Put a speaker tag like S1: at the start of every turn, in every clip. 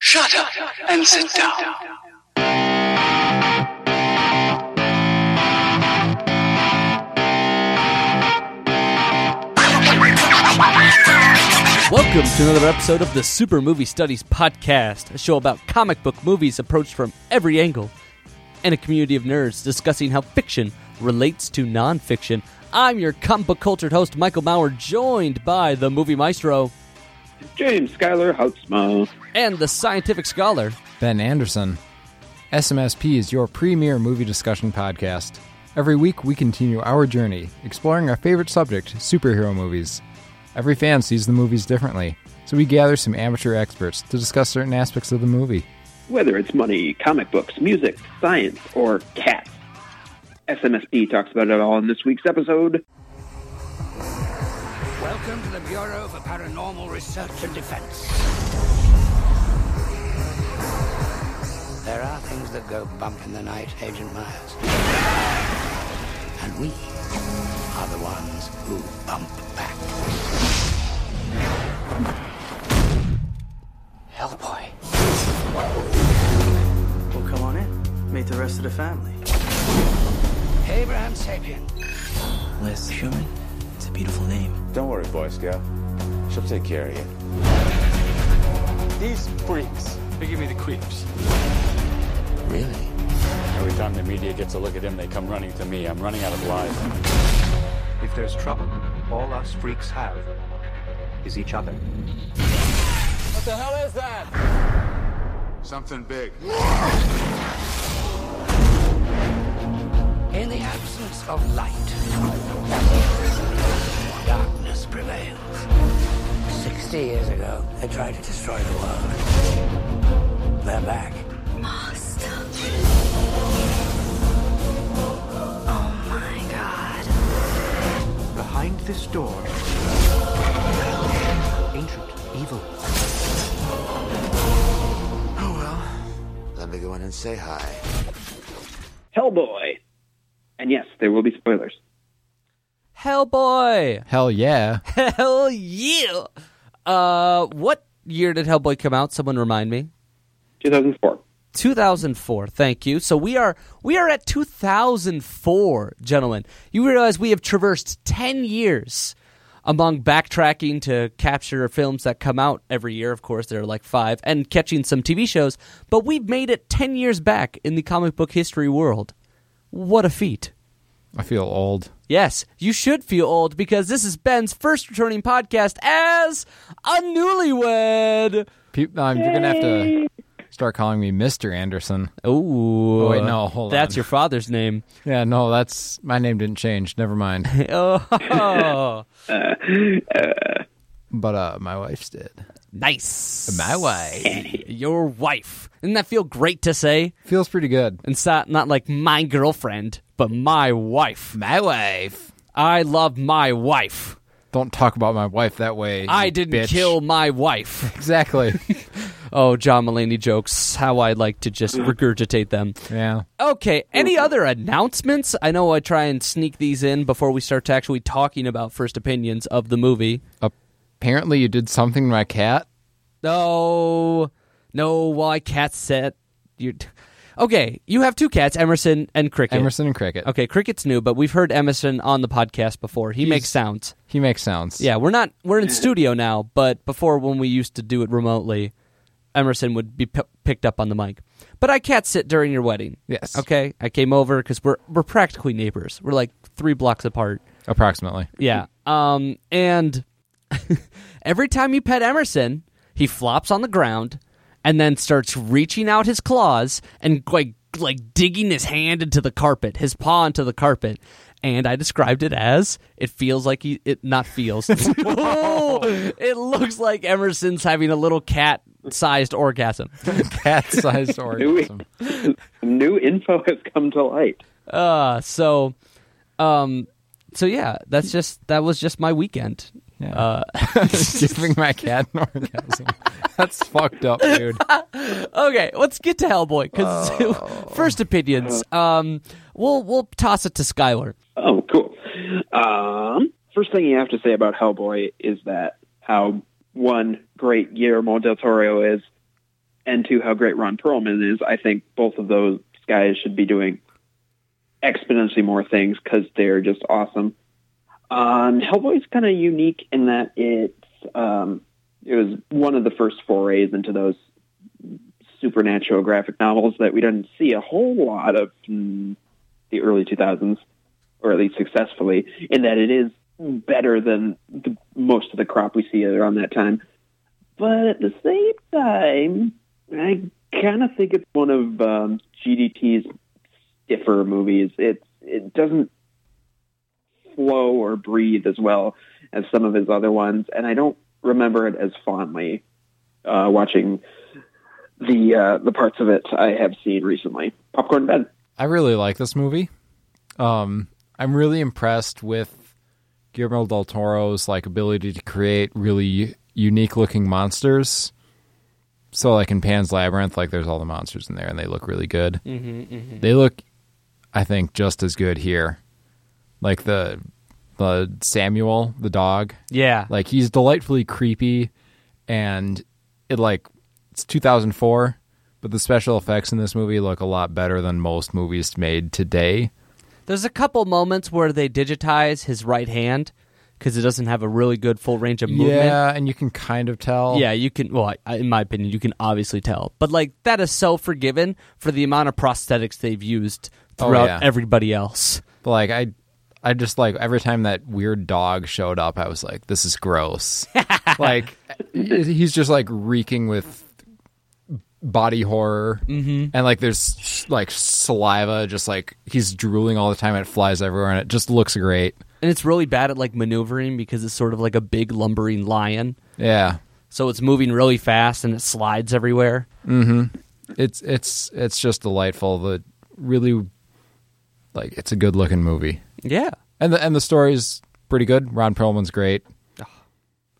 S1: Shut up and sit down.
S2: Welcome to another episode of the Super Movie Studies Podcast, a show about comic book movies approached from every angle, and a community of nerds discussing how fiction relates to nonfiction. I'm your comic book cultured host, Michael Mauer, joined by the movie maestro
S3: James Schuyler Houtsma.
S2: and the scientific scholar.
S4: Ben Anderson. SMSP is your premier movie discussion podcast. Every week, we continue our journey, exploring our favorite subject, superhero movies. Every fan sees the movies differently, so we gather some amateur experts to discuss certain aspects of the movie.
S3: Whether it's money, comic books, music, science, or cats, SMSP talks about it all in this week's episode.
S5: Welcome to the Bureau for Paranormal Research and Defense. There are things that go bump in the night, Agent Myers. And we are the ones who bump back. Hellboy.
S6: Well, come on in. Meet the rest of the family.
S5: Abraham Sapien.
S6: Les Sherman? It's a beautiful name.
S7: Don't worry, Boy Scout. She'll take care of you.
S8: These freaks, they give me the creeps.
S5: Really?
S8: Every time the media gets a look at him, they come running to me. I'm running out of lies.
S9: If there's trouble, all us freaks have is each other.
S7: Something big.
S5: In the absence of light, darkness prevails. Sixty years ago, they tried to destroy the world. They're back.
S9: Behind this door, ancient evil.
S5: Let me go in and say hi.
S3: Hellboy. And yes, there will be spoilers.
S2: Hellboy!
S4: Hell yeah.
S2: Hell yeah! Uh, what year did Hellboy come out? Someone remind me.
S3: 2004.
S2: 2004. Thank you. So we are we are at 2004, gentlemen. You realize we have traversed 10 years among backtracking to capture films that come out every year. Of course, there are like 5 and catching some TV shows, but we've made it 10 years back in the comic book history world. What a feat.
S4: I feel old.
S2: Yes, you should feel old because this is Ben's first returning podcast as a newlywed.
S4: Pe- um, you're going to have to start calling me Mr. Anderson.
S2: Ooh.
S4: Oh, wait, no, hold
S2: That's
S4: on.
S2: your father's name.
S4: Yeah, no, that's my name didn't change. Never mind.
S2: Oh.
S4: But uh, my wife's did.
S2: Nice.
S4: My wife.
S2: Your wife. Doesn't that feel great to say?
S4: Feels pretty good.
S2: It's not, not like my girlfriend, but my wife.
S4: My wife.
S2: I love my wife.
S4: Don't talk about my wife that way.
S2: I
S4: you
S2: didn't
S4: bitch.
S2: kill my wife.
S4: Exactly.
S2: Oh, John Mulaney jokes. How I like to
S4: Mm.
S2: just regurgitate them.
S4: yeah.
S2: Okay, any
S4: Mm.
S2: other announcements? I know I try and sneak these in before we start to actually talking about first opinions of the movie.
S4: Apparently, you did something to my cat.
S2: No, no, why cat set? You okay? You have two cats, Emerson and Cricket.
S4: Emerson and Cricket.
S2: Okay, Cricket's new, but we've heard Emerson on the podcast before. He
S4: He's-
S2: makes sounds.
S4: He makes sounds.
S2: Yeah, we're not we're in studio now, but before when we used to do it remotely, Emerson would be p- picked up on the mic. But I cat sit during your wedding.
S4: Yes.
S2: Okay, I came over because we're we're practically neighbors. We're like three blocks apart.
S4: Approximately.
S2: Yeah. Um, and every time you pet Emerson, he flops on the ground and then starts reaching out his claws and like like digging his hand into the carpet, his paw into the carpet. And I described it as it feels like he it not feels. Oh, it looks like Emerson's having a little cat sized orgasm.
S4: Cat sized orgasm.
S3: New info has come to light.
S2: Uh so um so yeah, that's just that was just my weekend.
S4: Yeah.
S2: Uh
S4: Giving my cat an orgasm. That's fucked up, dude.
S2: Okay, let's get to Hellboy because
S4: Oh.
S2: first opinions. Um, we'll we'll toss it to Skylar.
S3: Oh, cool. Um, first thing you have to say about Hellboy is that how one great Guillermo del Toro is, and two, how great Ron Perlman is, I think both of those guys should be doing exponentially more things because they're just awesome. Um, Hellboy's kind of unique in that it's um, it was one of the first forays into those supernatural graphic novels that we didn't see a whole lot of in the early 2000s, or at least successfully, in that it is better than the, most of the crop we see around that time. But at the same time, I kind of think it's one of um, GDT's stiffer movies. It it doesn't flow or breathe as well as some of his other ones, and I don't remember it as fondly uh, watching the uh, the parts of it I have seen recently. Popcorn Ben.
S4: I really like this movie. Um, I'm really impressed with Guillermo del Toro's like ability to create really unique looking monsters. So like in Pan's Labyrinth, like there's all the monsters in there, and they look really good. Mm-hmm, They look, I think, just as good here. Like the the Samuel, the dog,
S2: Yeah.
S4: like he's delightfully creepy and it like it's 2004, but the special effects in this movie look a lot better than most movies made today.
S2: There's a couple moments where they digitize his right hand because it doesn't have a really good full range of movement.
S4: Yeah, and you can kind of tell.
S2: Yeah, you can. Well, I- I, in my opinion, you can obviously tell. But like that is so forgiven for the amount of prosthetics they've used
S4: Oh,
S2: throughout
S4: yeah.
S2: everybody else.
S4: But like I I just like every time that weird dog showed up, I was like, this is gross. like he's just like reeking with body horror and like there's like saliva just like he's drooling all the time and it flies everywhere and it just looks great
S2: And it's really bad at like maneuvering because it's sort of like a big lumbering lion,
S4: yeah
S2: so it's moving really fast and it slides everywhere.
S4: it's it's it's just delightful. The really like it's a good looking movie,
S2: Yeah,
S4: and the and the story's pretty good. Ron Perlman's great.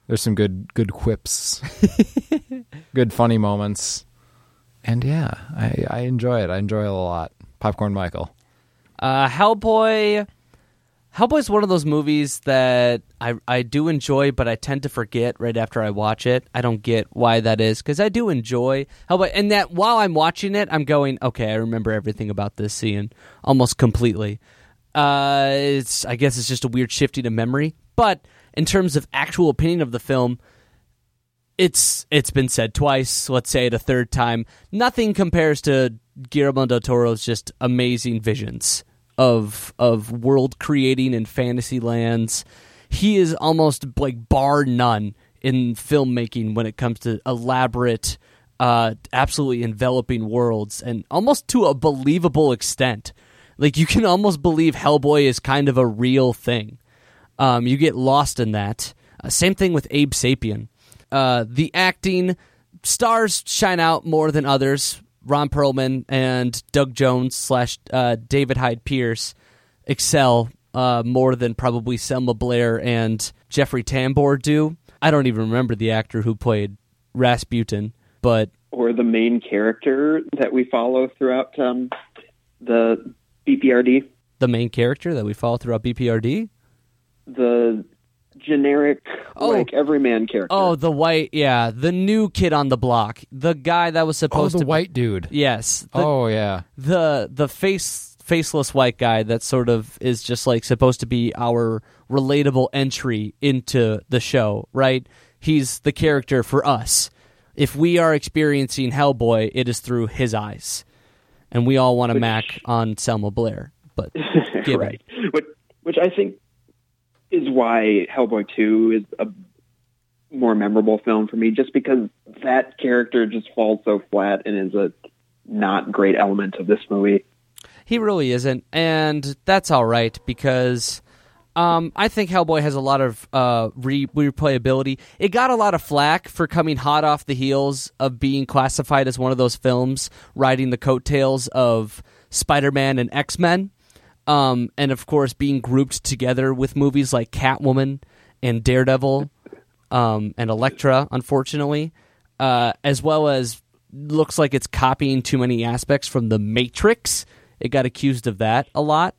S4: There's some good good quips, good funny moments, and yeah, I I enjoy it. I enjoy it a lot. Popcorn Michael.
S2: uh, Hellboy. Hellboy's one of those movies that I I do enjoy, but I tend to forget right after I watch it. I don't get why that is because I do enjoy Hellboy, and that while I'm watching it, I'm going, okay, I remember everything about this scene almost completely. Uh, it's I guess it's just a weird shifting of memory, but in terms of actual opinion of the film, it's it's been said twice. Let's say it a third time. Nothing compares to Guillermo del Toro's just amazing visions of of world creating and fantasy lands. He is almost like bar none in filmmaking when it comes to elaborate, uh, absolutely enveloping worlds, and almost to a believable extent. Like you can almost believe Hellboy is kind of a real thing. Um, you get lost in that. Uh, same thing with Abe Sapien. Uh, the acting stars shine out more than others. Ron Perlman and Doug Jones slash uh, David Hyde Pierce excel uh, more than probably Selma Blair and Jeffrey Tambor do. I don't even remember the actor who played Rasputin, but
S3: or the main character that we follow throughout um, the BPRD,
S2: the main character that we follow throughout BPRD.
S3: the generic
S2: Oh.
S3: like everyman character.
S2: Oh, the white, yeah, the new kid on the block, the guy that was
S4: Oh,
S2: supposed
S4: the
S2: to be-
S4: white dude.
S2: Yes. The,
S4: oh yeah,
S2: the the face faceless white guy that sort of is just like supposed to be our relatable entry into the show, right? He's the character for us. If we are experiencing Hellboy, it is through his eyes. And we all want to mac on Selma Blair. But given.
S3: right. Which, which I think is why Hellboy 2 is a more memorable film for me, just because that character just falls so flat and is a not great element of this movie.
S2: He really isn't, and that's all right because um, I think Hellboy has a lot of uh, re- replayability. It got a lot of flack for coming hot off the heels of being classified as one of those films riding the coattails of Spider-Man and X-Men, um, and of course being grouped together with movies like Catwoman and Daredevil um, and Elektra, unfortunately, uh, as well as looks like it's copying too many aspects from The Matrix. It got accused of that a lot.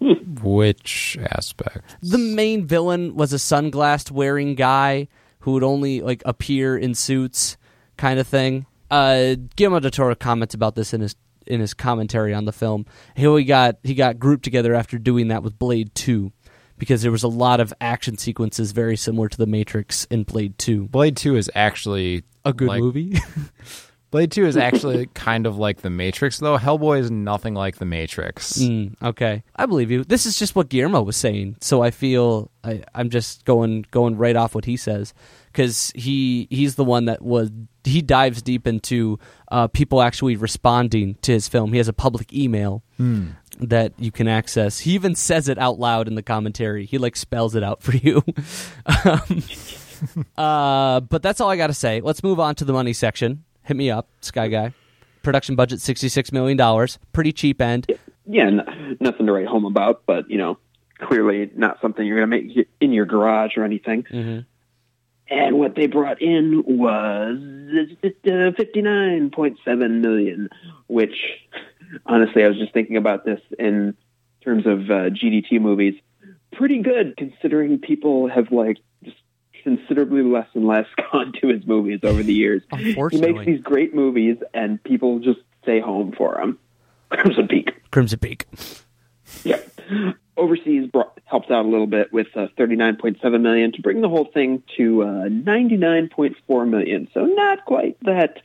S4: which aspect?
S2: The main villain was a sunglass wearing guy who would only like appear in suits, kind of thing. uh, Guillermo del Toro comments about this in his in his commentary on the film. He we got he got grouped together after doing that with Blade Two, because there was a lot of action sequences very similar to The Matrix in Blade Two.
S4: Blade Two is actually
S2: A good
S4: like-
S2: movie.
S4: Blade Two is actually kind of like the Matrix, though. Hellboy is nothing like the Matrix.
S2: Mm, okay, I believe you. This is just what Guillermo was saying, so I feel I, I'm just going going right off what he says because he he's the one that was he dives deep into uh, people actually responding to his film. He has a public email that you can access. He even says it out loud in the commentary. He like spells it out for you. um, uh, but that's all I got to say. Let's move on to the money section. Hit me up, Sky Guy. Production budget sixty six million dollars. Pretty cheap end.
S3: yeah, n- nothing to write home about, but you know, clearly not something you're going to make y- in your garage or anything. And what they brought in was uh, fifty-nine point seven million, which honestly, I was just thinking about this in terms of uh, GDT movies. Pretty good considering people have like just considerably less and less gone to his movies over the years.
S2: Unfortunately.
S3: he makes these great movies, and people just stay home for them. Crimson Peak.
S2: Crimson Peak.
S3: Yeah. Overseas brought, helped out a little bit with uh, 39.7 million to bring the whole thing to uh, 99.4 million. So not quite that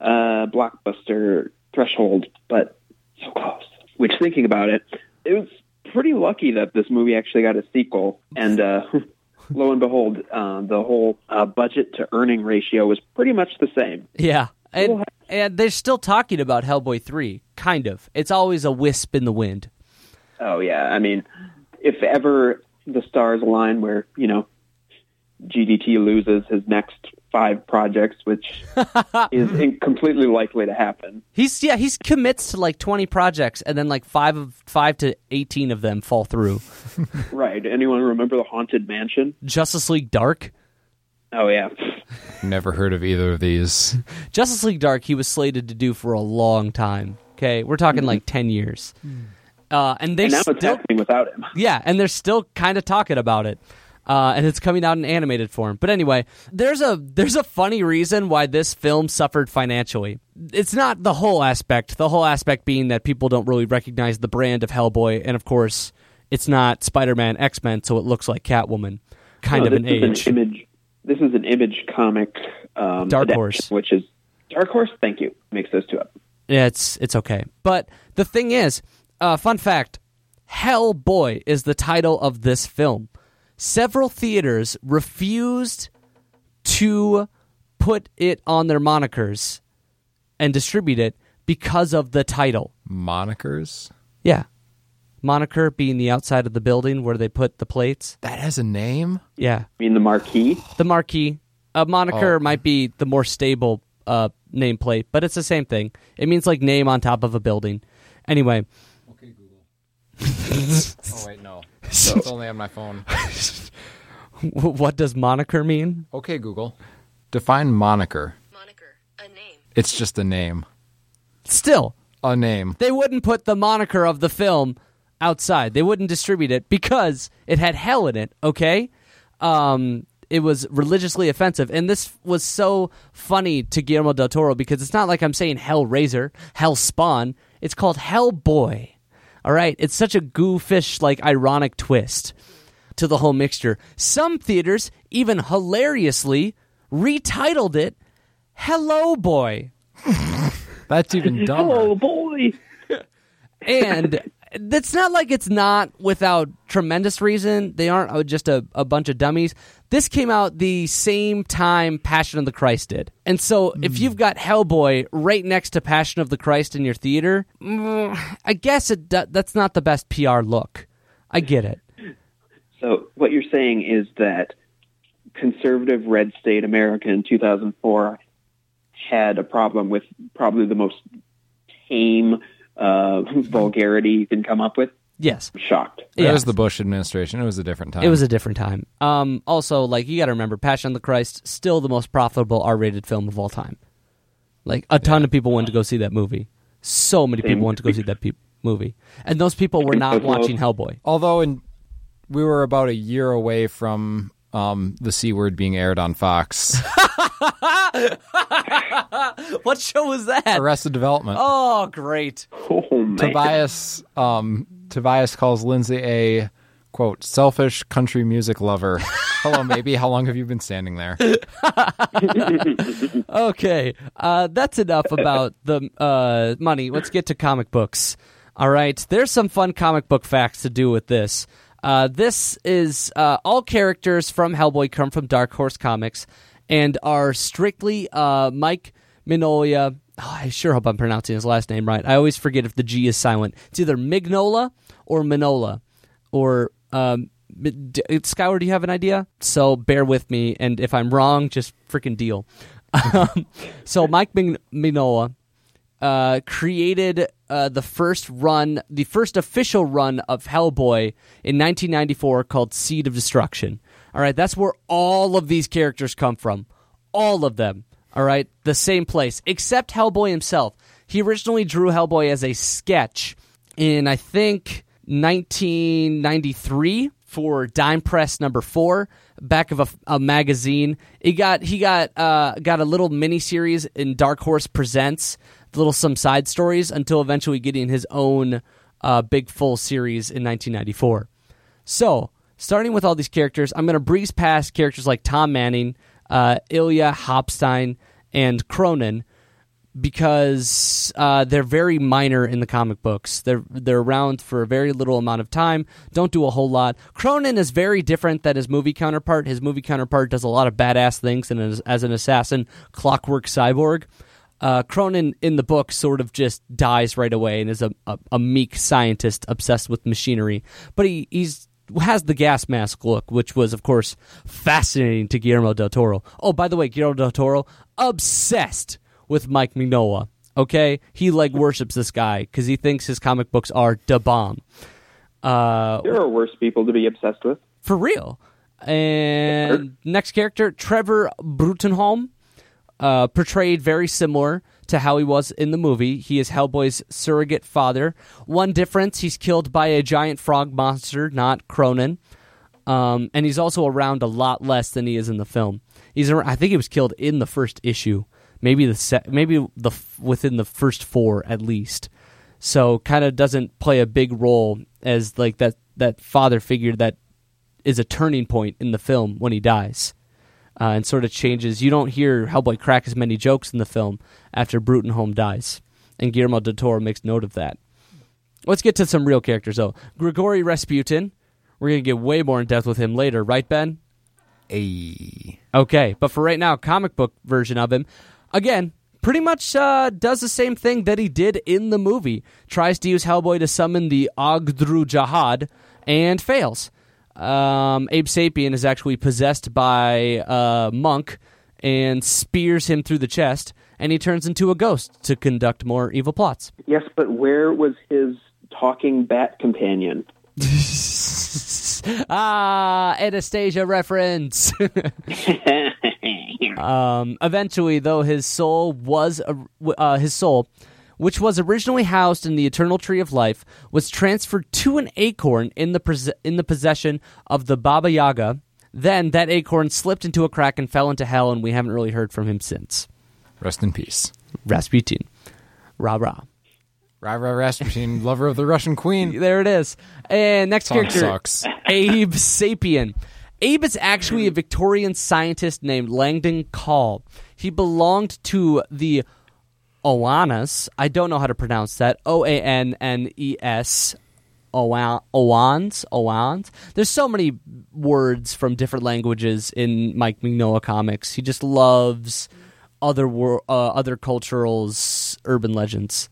S3: uh, blockbuster threshold, but so close. Which, thinking about it, it was pretty lucky that this movie actually got a sequel. And uh, lo and behold, uh, the whole uh, budget to earning ratio was pretty much the same.
S2: Yeah.
S3: We'll
S2: And,
S3: have-
S2: and they're still talking about Hellboy 3, kind of. It's always a wisp in the wind.
S3: Oh yeah, I mean, if ever the stars align where you know GDT loses his next five projects, which is in- completely likely to happen.
S2: He's yeah, he's commits to like 20 projects and then like 5 of 5 to 18 of them fall through.
S3: Right? Anyone remember the Haunted Mansion?
S2: Justice League Dark.
S3: Oh yeah,
S4: Never heard of either of these.
S2: Justice League Dark he was slated to do for a long time. Okay, we're talking like 10 years. Uh, and they
S3: and now it's
S2: still
S3: happening without him.
S2: Yeah, and they're still kind of talking about it. Uh, and it's coming out in animated form. But anyway, there's a there's a funny reason why this film suffered financially. It's not the whole aspect. The whole aspect being that people don't really recognize the brand of Hellboy, and of course, it's not Spider-Man, X-Men, so it looks like Catwoman, kind
S3: No,
S2: of
S3: this
S2: an
S3: is
S2: age.
S3: an image. This is an image comic. Um,
S2: Dark
S3: adaptation,
S2: Horse.
S3: which is Dark Horse. Thank you. Mix those two up.
S2: yeah, it's it's okay. But the thing is, uh, fun fact: Hellboy is the title of this film. Several theaters refused to put it on their monikers and distribute it because of the title.
S4: Monikers?
S2: Yeah, moniker being the outside of the building where they put the plates.
S4: That has a name?
S2: Yeah,
S3: I mean, the marquee.
S2: the marquee. A moniker might be the more stable uh, nameplate, but it's the same thing. It means like name on top of a building. Anyway,
S4: Oh, wait, no. It's only on my phone.
S2: w- what does moniker mean?
S4: Okay, Google. Define moniker.
S10: Moniker, a name.
S4: It's just a name.
S2: Still,
S4: A name.
S2: they wouldn't put the moniker of the film outside. They wouldn't distribute it because it had hell in it, okay? Um, it was religiously offensive. And this was so funny to Guillermo del Toro because it's not like I'm saying Hellraiser, Hellspawn. It's called Hellboy. All right? It's such a goofish, like, ironic twist to the whole mixture. Some theaters even hilariously retitled it Hello Boy.
S4: That's even dumber.
S3: Oh boy.
S2: and that's not like it's not without tremendous reason. They aren't uh, just a, a bunch of dummies. This came out the same time Passion of the Christ did. And so
S4: Hmm.
S2: if you've got Hellboy right next to Passion of the Christ in your theater, mm, I guess it do- that's not the best PR look. I get it.
S3: So what you're saying is that conservative red state America in 2004 had a problem with probably the most tame uh, vulgarity you can come up with.
S2: Yes.
S3: I'm shocked.
S4: That
S2: Yeah.
S4: was the Bush administration. It was a different time.
S2: It was a different time. Um, also, like you got to remember, Passion of the Christ still the most profitable R-rated film of all time. Like a ton of people went to go see that movie. So many people went to go see that pe- movie, and those people were not
S3: Well-
S2: watching Hellboy.
S4: Although in, we were about a year away from um, the C word being aired on Fox.
S2: What show was that?
S4: Arrested Development.
S2: Oh, great.
S3: Oh man,
S4: Tobias um, Tobias calls Lindsay a quote selfish country music lover. Hello, maybe. How long have you been standing there?
S2: Okay, uh, that's enough about the uh, money. Let's get to comic books. All right, there's some fun comic book facts to do with this. Uh, this is uh, all characters from Hellboy come from Dark Horse Comics and are strictly uh, Mike Mignola. Oh, I sure hope I'm pronouncing his last name right. I always forget if the G is silent. It's either Mignola or Minola or um, d- Skyler, do you have an idea? So bear with me, and if I'm wrong, just freaking deal. Um, so Mike Min- Minola uh, created uh, the first run, the first official run of Hellboy in 1994 called Seed of Destruction. All right, that's where all of these characters come from. All of them. All right, the same place, except Hellboy himself. He originally drew Hellboy as a sketch in, I think, 1993 for Dime Press number four, back of a, a magazine. He got he got uh, got a little mini series in Dark Horse Presents, little some side stories, until eventually getting his own uh, big full series in 1994. So, starting with all these characters, I'm going to breeze past characters like Tom Manning, uh, Ilya Hopstein, and Cronin because uh, they're very minor in the comic books. They're they're around for a very little amount of time. Don't do a whole lot. Cronin is very different than his movie counterpart. His movie counterpart does a lot of badass things and is, as an assassin, clockwork cyborg. Uh, Cronin in the book sort of just dies right away and is a, a, a meek scientist obsessed with machinery. But he he's has the gas mask look, which was, of course, fascinating to Guillermo del Toro. Oh, by the way, Guillermo del Toro obsessed with Mike Mignola. Okay, he like worships this guy because he thinks his comic books are da bomb uh,
S3: there are worse people to be obsessed with.
S2: for real. And next character, Trevor Brutenholm, uh, portrayed very similar to how he was in the movie. He is Hellboy's surrogate father. One difference: he's killed by a giant frog monster, not Cronin. Um, and he's also around a lot less than he is in the film. He's, ar- I think, he was killed in the first issue, maybe the se- maybe the f- within the first four at least. So kind of doesn't play a big role as like that that father figure that is a turning point in the film when he dies, uh, and sort of changes. You don't hear Hellboy crack as many jokes in the film after Brutenholm dies, and Guillermo del Toro makes note of that. Let's get to some real characters though. Grigori Rasputin. We're gonna get way more in depth with him later, right, Ben?
S4: Ayy.
S2: Okay, but for right now, comic book version of him. Again, pretty much uh, does the same thing that he did in the movie. Tries to use Hellboy to summon the Ogdru Jihad and fails. Um, Abe Sapien is actually possessed by a monk and spears him through the chest, and he turns into a ghost to conduct more evil plots.
S3: Yes, but where was his talking bat companion?
S2: ah, Anastasia reference. um, eventually, though, his soul was uh, w- uh, his soul, which was originally housed in the Eternal Tree of Life, was transferred to an acorn in the pres- in the possession of the Baba Yaga. Then that acorn slipped into a crack and fell into hell, and we haven't really heard from him since.
S4: Rest in peace.
S2: Rasputin, rah rah.
S4: Ra Ra Rasputin, lover of the Russian queen.
S2: There it is. And next
S4: Song
S2: character,
S4: sucks.
S2: Abe Sapien. Abe is actually a Victorian scientist named Langdon Call. He belonged to the Owanas. I don't know how to pronounce that. O A N N E S. Owa- Owans, Owans. There's so many words from different languages in Mike Mignola comics. He just loves other wor- uh, other culturals, urban legends,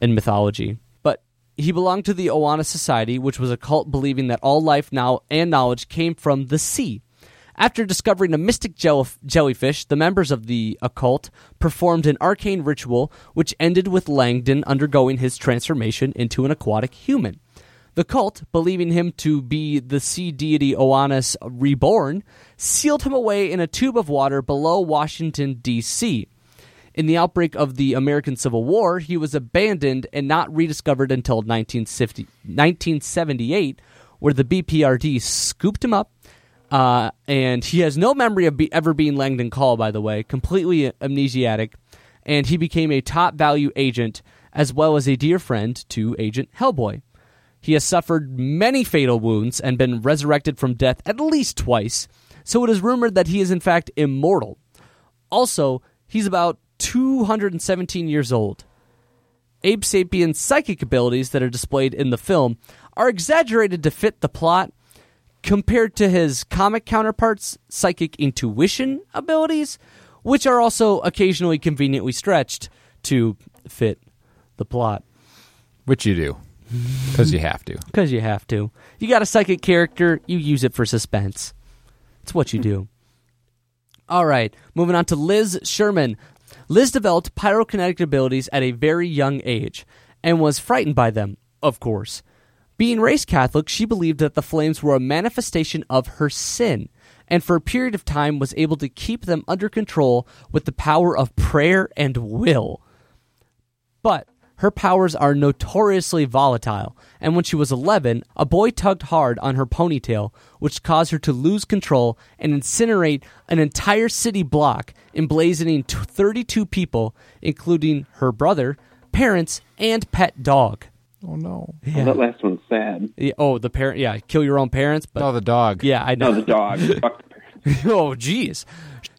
S2: and mythology. But he belonged to the Owana Society, which was a cult believing that all life now and knowledge came from the sea. After discovering a mystic jell- jellyfish, the members of the occult performed an arcane ritual which ended with Langdon undergoing his transformation into an aquatic human. The cult, believing him to be the sea deity Oannes reborn, sealed him away in a tube of water below Washington, D.C. In the outbreak of the American Civil War, he was abandoned and not rediscovered until 1950 1978, where the BPRD scooped him up, Uh, and he has no memory of be- ever being Langdon Call, by the way, completely amnesiac. And he became a top value agent as well as a dear friend to Agent Hellboy. He has suffered many fatal wounds and been resurrected from death at least twice, so it is rumored that he is in fact immortal. Also, he's about 217 years old. Abe Sapien's psychic abilities that are displayed in the film are exaggerated to fit the plot compared to his comic counterparts' psychic intuition abilities, which are also occasionally conveniently stretched to fit the plot.
S4: Which you do. Because you have to.
S2: Because you have to. You got a psychic character, you use it for suspense. It's what you do. All right, moving on to Liz Sherman. Liz developed pyrokinetic abilities at a very young age and was frightened by them, of course. Being raised Catholic, she believed that the flames were a manifestation of her sin and for a period of time was able to keep them under control with the power of prayer and will. But her powers are notoriously volatile, and when she was 11, a boy tugged hard on her ponytail, which caused her to lose control and incinerate an entire city block, emblazoning t- 32 people, including her brother, parents, and pet dog.
S4: Oh, no.
S3: Well, that last one's sad.
S2: Yeah, Oh, the parent, yeah, kill your own parents, but
S4: oh, the dog.
S2: yeah, I know.
S3: No, the dog. Fuck the parents.
S2: oh, jeez.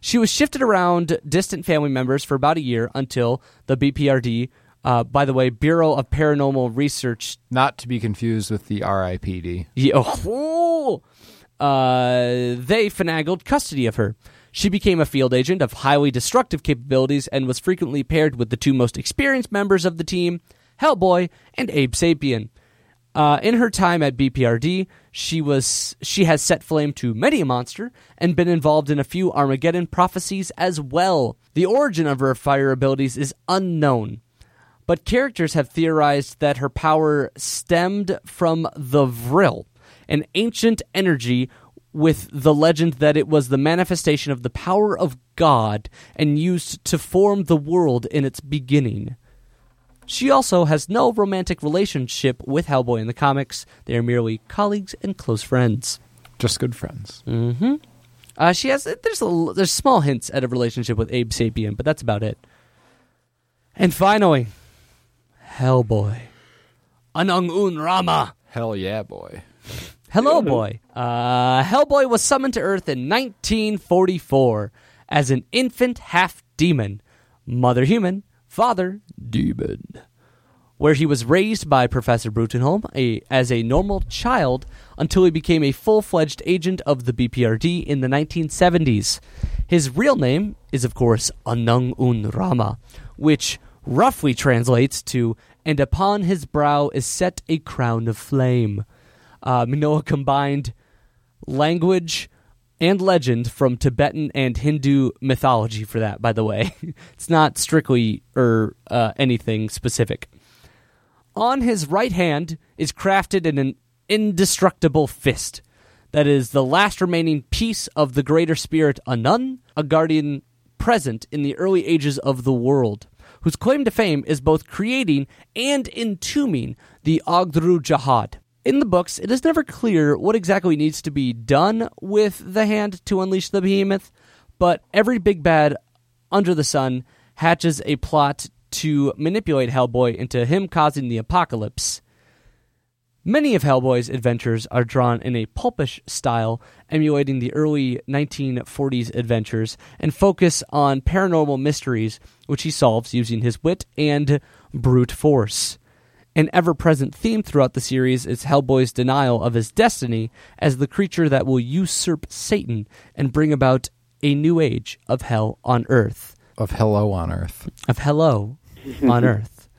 S2: She was shifted around distant family members for about a year until the BPRD, uh, by the way, Bureau of Paranormal Research
S4: Not to be confused with the RIPD.
S2: Ye- oh, uh, they finagled custody of her. She became a field agent of highly destructive capabilities and was frequently paired with the two most experienced members of the team, Hellboy and Abe Sapien. Uh, in her time at BPRD, she was she has set flame to many a monster and been involved in a few Armageddon prophecies as well. The origin of her fire abilities is unknown but characters have theorized that her power stemmed from the Vril, an ancient energy with the legend that it was the manifestation of the power of God and used to form the world in its beginning. She also has no romantic relationship with Hellboy in the comics. They are merely colleagues and close friends.
S4: Just good friends.
S2: Uh, she has there's a, there's small hints at a relationship with Abe Sapien, but that's about it. And finally, Hellboy, Anang Un Rama,
S4: Hell yeah, boy.
S2: Hello Boy. Uh, Hellboy was summoned to Earth in 1944 as an infant half demon, mother human, father demon where he was raised by Professor Brutenholm a, as a normal child until he became a full fledged agent of the BPRD in the 1970s. His real name is, of course, Anung Un Rama, which roughly translates to, and upon his brow is set a crown of flame. Uh, Minoa combined language and legend from Tibetan and Hindu mythology for that, by the way. it's not strictly or uh, anything specific. On his right hand is crafted in an indestructible fist that is the last remaining piece of the greater spirit Anun, a guardian present in the early ages of the world, whose claim to fame is both creating and entombing the Ogdru Jihad. In the books, it is never clear what exactly needs to be done with the hand to unleash the behemoth, but every big bad under the sun hatches a plot to manipulate Hellboy into him causing the apocalypse. Many of Hellboy's adventures are drawn in a pulpish style, emulating the early 1940s adventures, and focus on paranormal mysteries, which he solves using his wit and brute force. An ever present theme throughout the series is Hellboy's denial of his destiny as the creature that will usurp Satan and bring about a new age of hell on earth
S4: Of hello on earth.
S2: of Hello on Earth,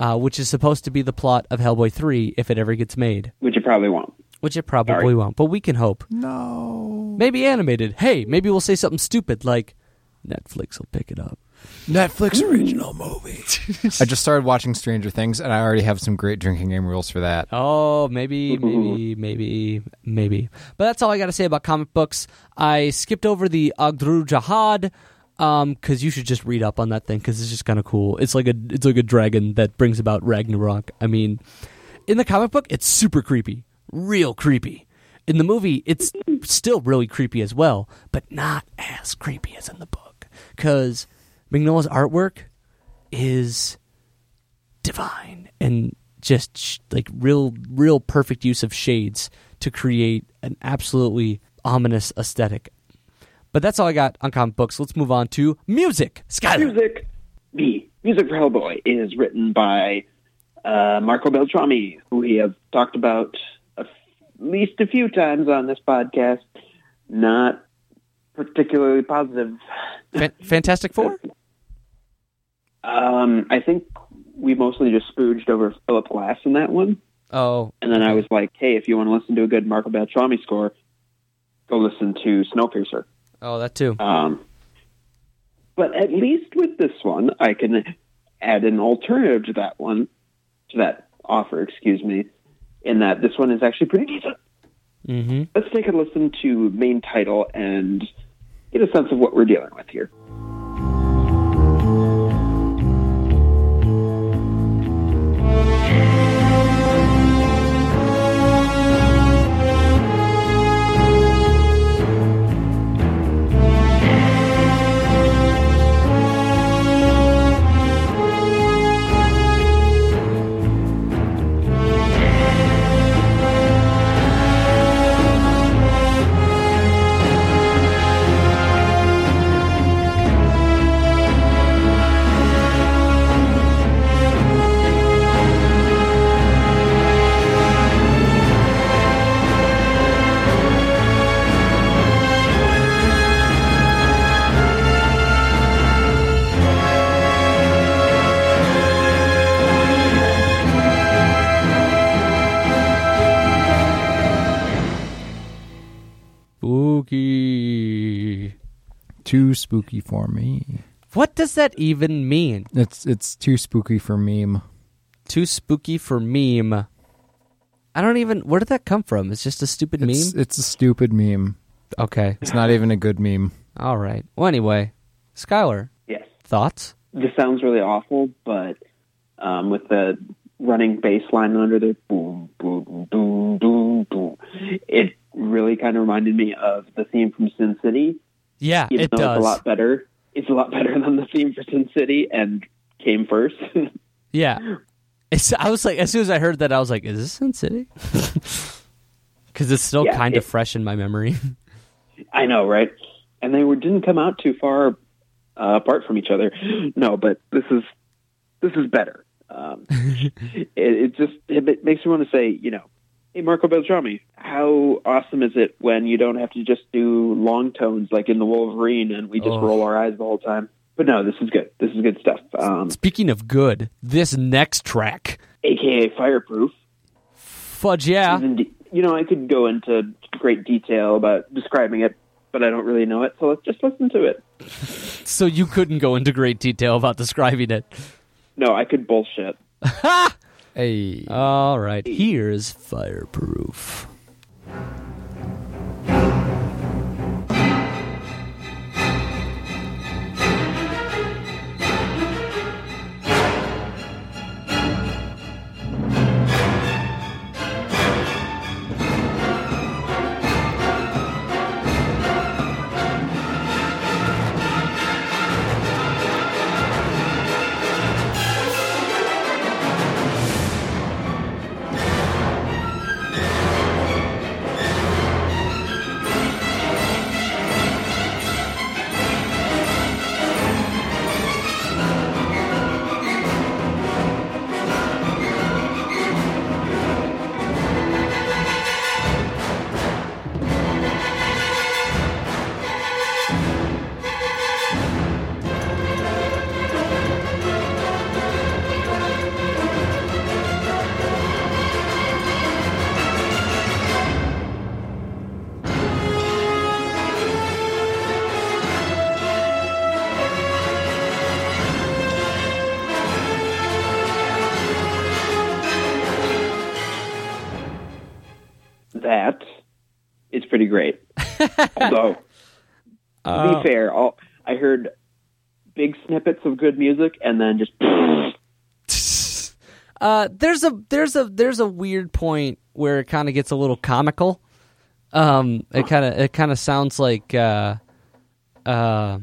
S2: uh, which is supposed to be the plot of Hellboy 3 if it ever gets made,
S3: Which you probably won't.
S2: which it probably
S3: Sorry.
S2: won't, but we can hope. No. Maybe animated. Hey, maybe we'll say something stupid like Netflix will pick it up.
S4: Netflix original movie. I just started watching Stranger Things, and I already have some great drinking game rules for that.
S2: Oh, maybe, maybe, maybe, maybe. But that's all I got to say about comic books. I skipped over the Agdru Jihad because you should just read up on that thing because it's just kind of cool. It's like a it's like a dragon that brings about Ragnarok. I mean, in the comic book, it's super creepy, real creepy. In the movie, it's still really creepy as well, but not as creepy as in the book. Because Mignola's artwork is divine and just sh- like real, real perfect use of shades to create an absolutely ominous aesthetic. But that's all I got on comic books. Let's move on to music. Skylar.
S3: Music B. Music for Hellboy is written by uh, Marco Beltrami, who we have talked about at least a few times on this podcast. Not particularly positive.
S2: Fan- Fantastic Four?
S3: Um, I think we mostly just spooged over Philip Glass in that one.
S2: Oh,
S3: And then I was like, hey, if you want to listen to a good Marco Beltrami score, go listen to Snowpiercer.
S2: oh, that too.
S3: Um, but at least with this one, I can add an alternative to that one, to that offer, excuse me, in that this one is actually pretty decent.
S2: Mm-hmm.
S3: Let's take a listen to main title and get a sense of what we're dealing with here.
S2: Spooky.
S4: Too spooky for me.
S2: What does that even mean?
S4: It's it's too spooky for meme.
S2: Too spooky for meme. I don't even. Where did that come from? It's just a stupid
S4: It's,
S2: meme.
S4: it's a stupid meme.
S2: Okay.
S4: It's not even a good meme.
S2: All right. Well, anyway, Skylar,
S3: Yes.
S2: thoughts?
S3: This sounds really awful, but um, with the running bass line under the boom, boom, boom, boom, boom, it really kind of reminded me of the theme from Sin City,
S2: Yeah,
S3: even
S2: it
S3: though
S2: does.
S3: it's a lot better. It's a lot better than the theme for Sin City and came first.
S2: Yeah. It's, I was like, as soon as I heard that, I was like, is this Sin City? Because it's still
S3: Yeah,
S2: kind of
S3: it-
S2: fresh in my memory.
S3: I know, right? And they were, didn't come out too far uh, apart from each other. No, but this is this is better. Um, it, it just it, ma- makes me want to say, you know, hey Marco Beltrami, how awesome is it when you don't have to just do long tones like in the Wolverine and we just
S2: Oh.
S3: roll our eyes the whole time? But no, this is good. This is good stuff. Um,
S2: Speaking of good, this next track.
S3: AKA Fireproof.
S2: Fudge, yeah.
S3: Even de- you know, I could go into great detail about describing it, but I don't really know it, so let's just listen to it.
S2: So you couldn't go into great detail about describing it.
S3: No, I could bullshit.
S4: Hey,
S2: All right, here's Fireproof.
S3: that is pretty great. Although, to be fair, all, I heard big snippets of good music and then just
S2: Uh, there's a there's a there's a weird point where it kind of gets a little comical Um, it kind of it kind of sounds like uh, uh,
S3: A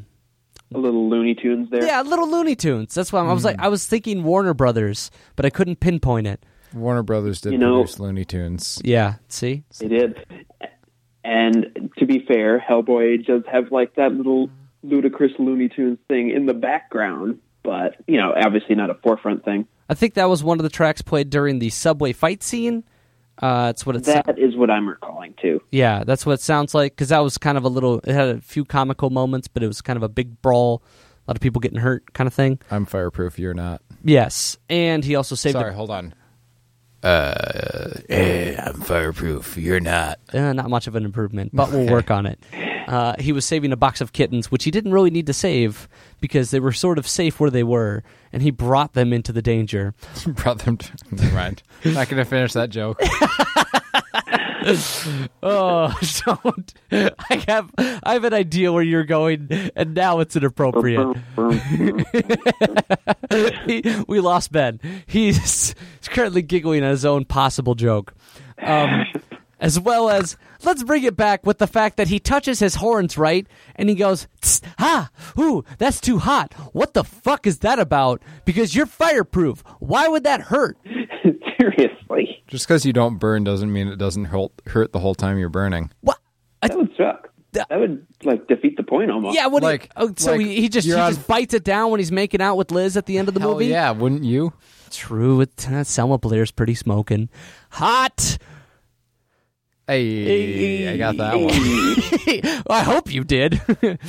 S3: little Looney Tunes there.
S2: yeah, little Looney Tunes. That's why I'm- I was like I was thinking Warner Brothers, but I couldn't pinpoint it.
S4: Warner Brothers did
S3: You know-
S4: produce Looney Tunes.
S2: Yeah, see,
S3: They did. And to be fair, Hellboy does have like that little ludicrous Looney Tunes thing in the background, but you know, obviously not a forefront thing.
S2: I think that was one of the tracks played during the subway fight scene. Uh, it's what it's
S3: That is what I'm recalling too.
S2: yeah, that's what it sounds like because that was kind of a little. It had a few comical moments, but it was kind of a big brawl, a lot of people getting hurt, kind of thing.
S4: I'm fireproof. You're not.
S2: Yes, and he also saved.
S4: Sorry,
S2: a-
S4: hold on. Uh, I'm fireproof. You're not.
S2: uh, not much of an improvement, but we'll work on it. Uh, he was saving a box of kittens, which he didn't really need to save because they were sort of safe where they were, and he brought them into the danger.
S4: Brought them. To, never mind. Not gonna finish that joke.
S2: Oh, don't! I have I have an idea where you're going, and now it's inappropriate. He- we lost Ben. He's currently giggling at his own possible joke. Um, as well as, let's bring it back with the fact that he touches his horns, right? And he goes, "Tss, ha, ooh, that's too hot. What the fuck is that about? Because you're fireproof. Why would that hurt?
S3: Seriously,
S4: Just because you don't burn doesn't mean it doesn't hurt, hurt the whole time you're burning.
S2: What?
S3: that would suck. That would like defeat the point almost.
S2: Yeah, what?
S4: Like-
S2: oh, so
S4: like
S2: he, he just he
S4: you're on-
S2: just bites it down when he's making out with Liz at the end of the
S4: Hell
S2: movie.
S4: yeah, wouldn't you?
S2: True, it, Selma Blair's pretty smoking hot.
S4: Hey, I got that one.
S2: I hope you did.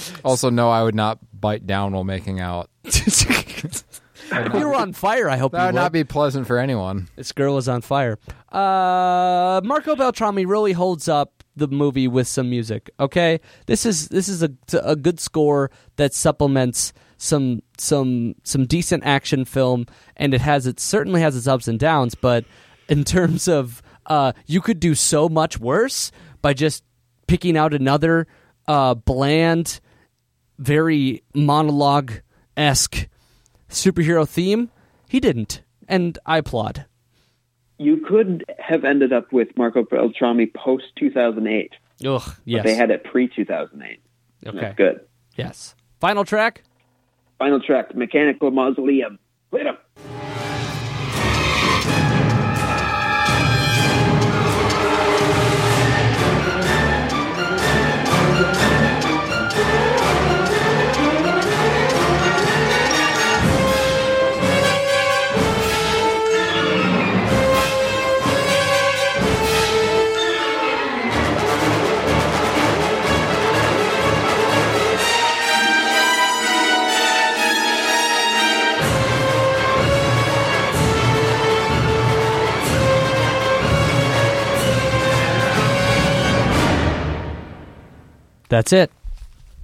S4: Also, no, I would not bite down while making out.
S2: you were on fire. I hope
S4: That
S2: you
S4: would
S2: would.
S4: not be pleasant for anyone.
S2: This girl is on fire. Uh, Marco Beltrami really holds up the movie with some music. Okay, this is this is a a good score that supplements some some some decent action film, and it has it certainly has its ups and downs. But in terms of uh, you could do so much worse by just picking out another uh, bland, very monologue esque superhero theme. He didn't, and I applaud.
S3: You could have ended up with Marco Beltrami post 2008.
S2: Ugh. Yes.
S3: They had it pre 2008.
S2: okay.
S3: That's good.
S2: Yes. Final track.
S3: Final track, Mechanical Mausoleum. Later.
S2: That's it.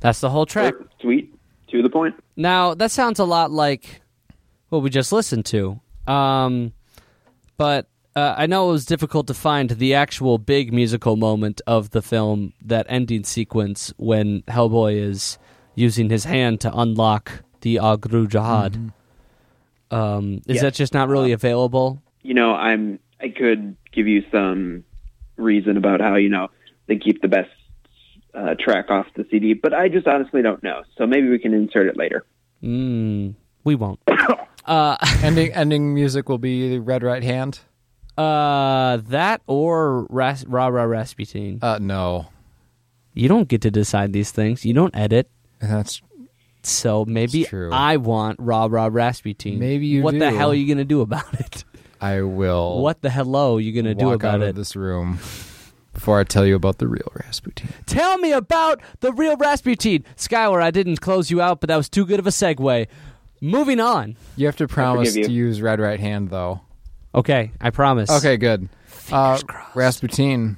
S2: That's the whole track.
S3: Sweet. To the point.
S2: Now that sounds a lot like what we just listened to. Um, but uh, I know it was difficult to find the actual big musical moment of the film, that ending sequence when Hellboy is using his hand to unlock the Agru Jihad. Um, is
S3: Yes. Uh-huh.
S2: that just not really available?
S3: you know, I'm I could give you some reason about how you know they keep the best uh, track off the CD, but I just honestly don't know. So maybe we can insert it later.
S2: Mm, we won't.
S4: ending ending music will be the Red Right Hand.
S2: Uh, that or Ras- Ra Ra Rasputin.
S4: Uh, no,
S2: You don't get to decide these things. You don't edit.
S4: that's
S2: So maybe
S4: It's true.
S2: I want Ra Ra Rasputin.
S4: Maybe you
S2: What the
S4: do.
S2: hell are you going to do about it?
S4: I will.
S2: What the hello are you going to
S4: walk
S2: do about
S4: out
S2: it?
S4: of this room before I tell you about the real Rasputin?
S2: Tell me about the real Rasputin. Skylar, I didn't close you out, but that was too good of a segue. Moving on.
S4: You have to promise
S3: you.
S4: to use Red Right Hand though.
S2: Okay, I promise.
S4: Okay, good. Uh, Rasputin.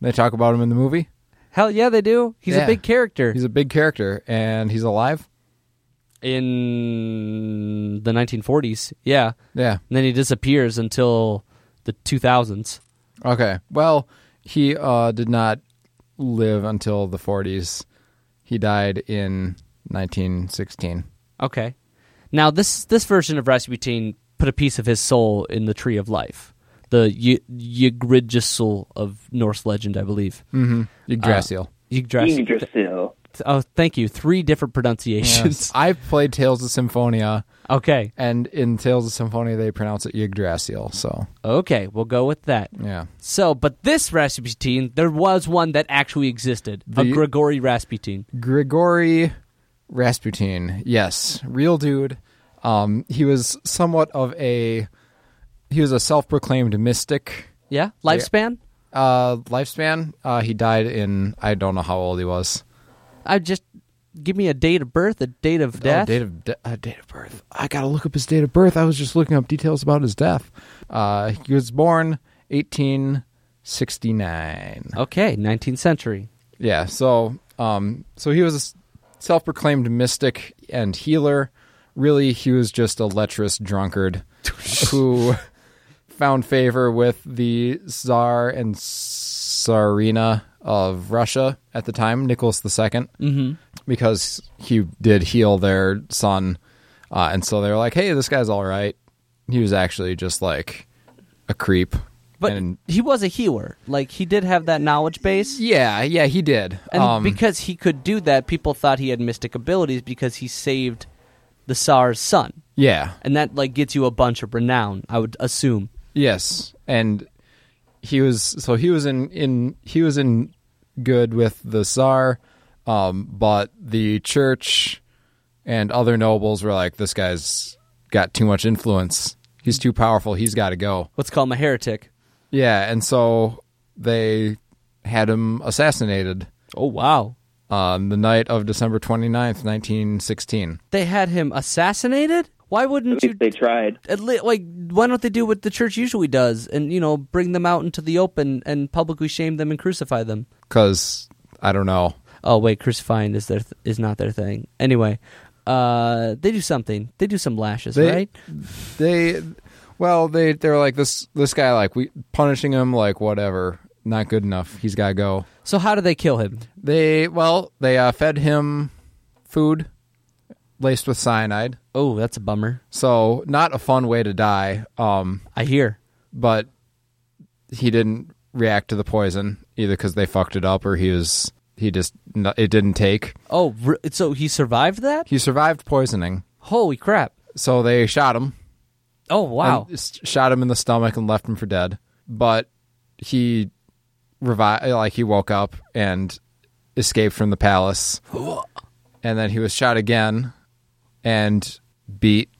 S4: They talk about him in the movie.
S2: Hell yeah, they do. He's
S4: Yeah.
S2: a big character.
S4: He's a big character, and he's alive.
S2: In the 1940s. Yeah.
S4: Yeah.
S2: And then he disappears until the 2000s.
S4: Okay. Well, he uh, did not live until the 40s. He died in 1916.
S2: Okay. Now this this version of Rasputin put a piece of his soul in the tree of life. the y- Yggdrasil of Norse legend, I believe.
S4: Hmm. Yggdrasil.
S2: Yggdrasil.
S3: Yggdrasil.
S2: Oh, thank you. Three different pronunciations.
S4: Yes. I've played Tales of Symphonia,
S2: Okay.
S4: and in Tales of Symphonia they pronounce it Yggdrasil. So
S2: Okay, we'll go with that.
S4: yeah,
S2: So, but this Rasputin, there was one that actually existed. a
S4: The-
S2: Grigori Rasputin.
S4: Grigori Rasputin. Yes, real dude. Um, he was somewhat of a he was a self-proclaimed mystic.
S2: Yeah? Lifespan?
S4: Uh, lifespan. Uh, he died in I don't know how old he was.
S2: I just give me a date of birth, a date of
S4: Oh,
S2: death.
S4: date of de- uh, date of birth. I gotta look up his date of birth. I was just looking up details about his death. Uh, he was born 1869.
S2: Okay, 19th century.
S4: Yeah. So, um, so he was a s- self-proclaimed mystic and healer. Really, he was just a lecherous drunkard who found favor with the Tsar and Tsarina of Russia at the time, Nicholas II, mm-hmm. because he did heal their son. Uh, and so they were like, hey, this guy's all right. He was actually just like a creep.
S2: But
S4: and
S2: he was a healer. Like, he did have that knowledge base.
S4: yeah, yeah, he did.
S2: And
S4: Um,
S2: because he could do that, people thought he had mystic abilities because he saved the Tsar's son.
S4: yeah.
S2: And that, like, gets you a bunch of renown, I would assume.
S4: Yes, and he was so he was in in he was in good with the Tsar, um, but the church and other nobles were like, this guy's got too much influence. He's too powerful. He's got to go.
S2: Let's call him a heretic.
S4: Yeah, and so they had him assassinated
S2: Oh, wow.
S4: on the night of December 29th, 1916.
S2: They had him assassinated? Why wouldn't
S3: At
S2: you
S3: least they tried.
S2: at le- like why don't they do what the church usually does and you know bring them out into the open and publicly shame them and crucify them
S4: Because, I don't know.
S2: oh wait crucifying is their th- is not their thing anyway uh they do something they do some lashes
S4: They-
S2: right
S4: they well they they were like this this guy like we punishing him like whatever not good enough he's got to go
S2: so how do they kill him
S4: they well they uh, fed him food laced with cyanide
S2: oh that's a bummer
S4: so not a fun way to die um
S2: i hear
S4: but he didn't react to the poison either because they fucked it up or he was he just n- it didn't take
S2: oh r- so he survived that
S4: he survived poisoning
S2: holy crap
S4: so they shot him
S2: oh wow
S4: and s- shot him in the stomach and left him for dead. But he revived, like he woke up and escaped from the palace, and then he was shot again and beat,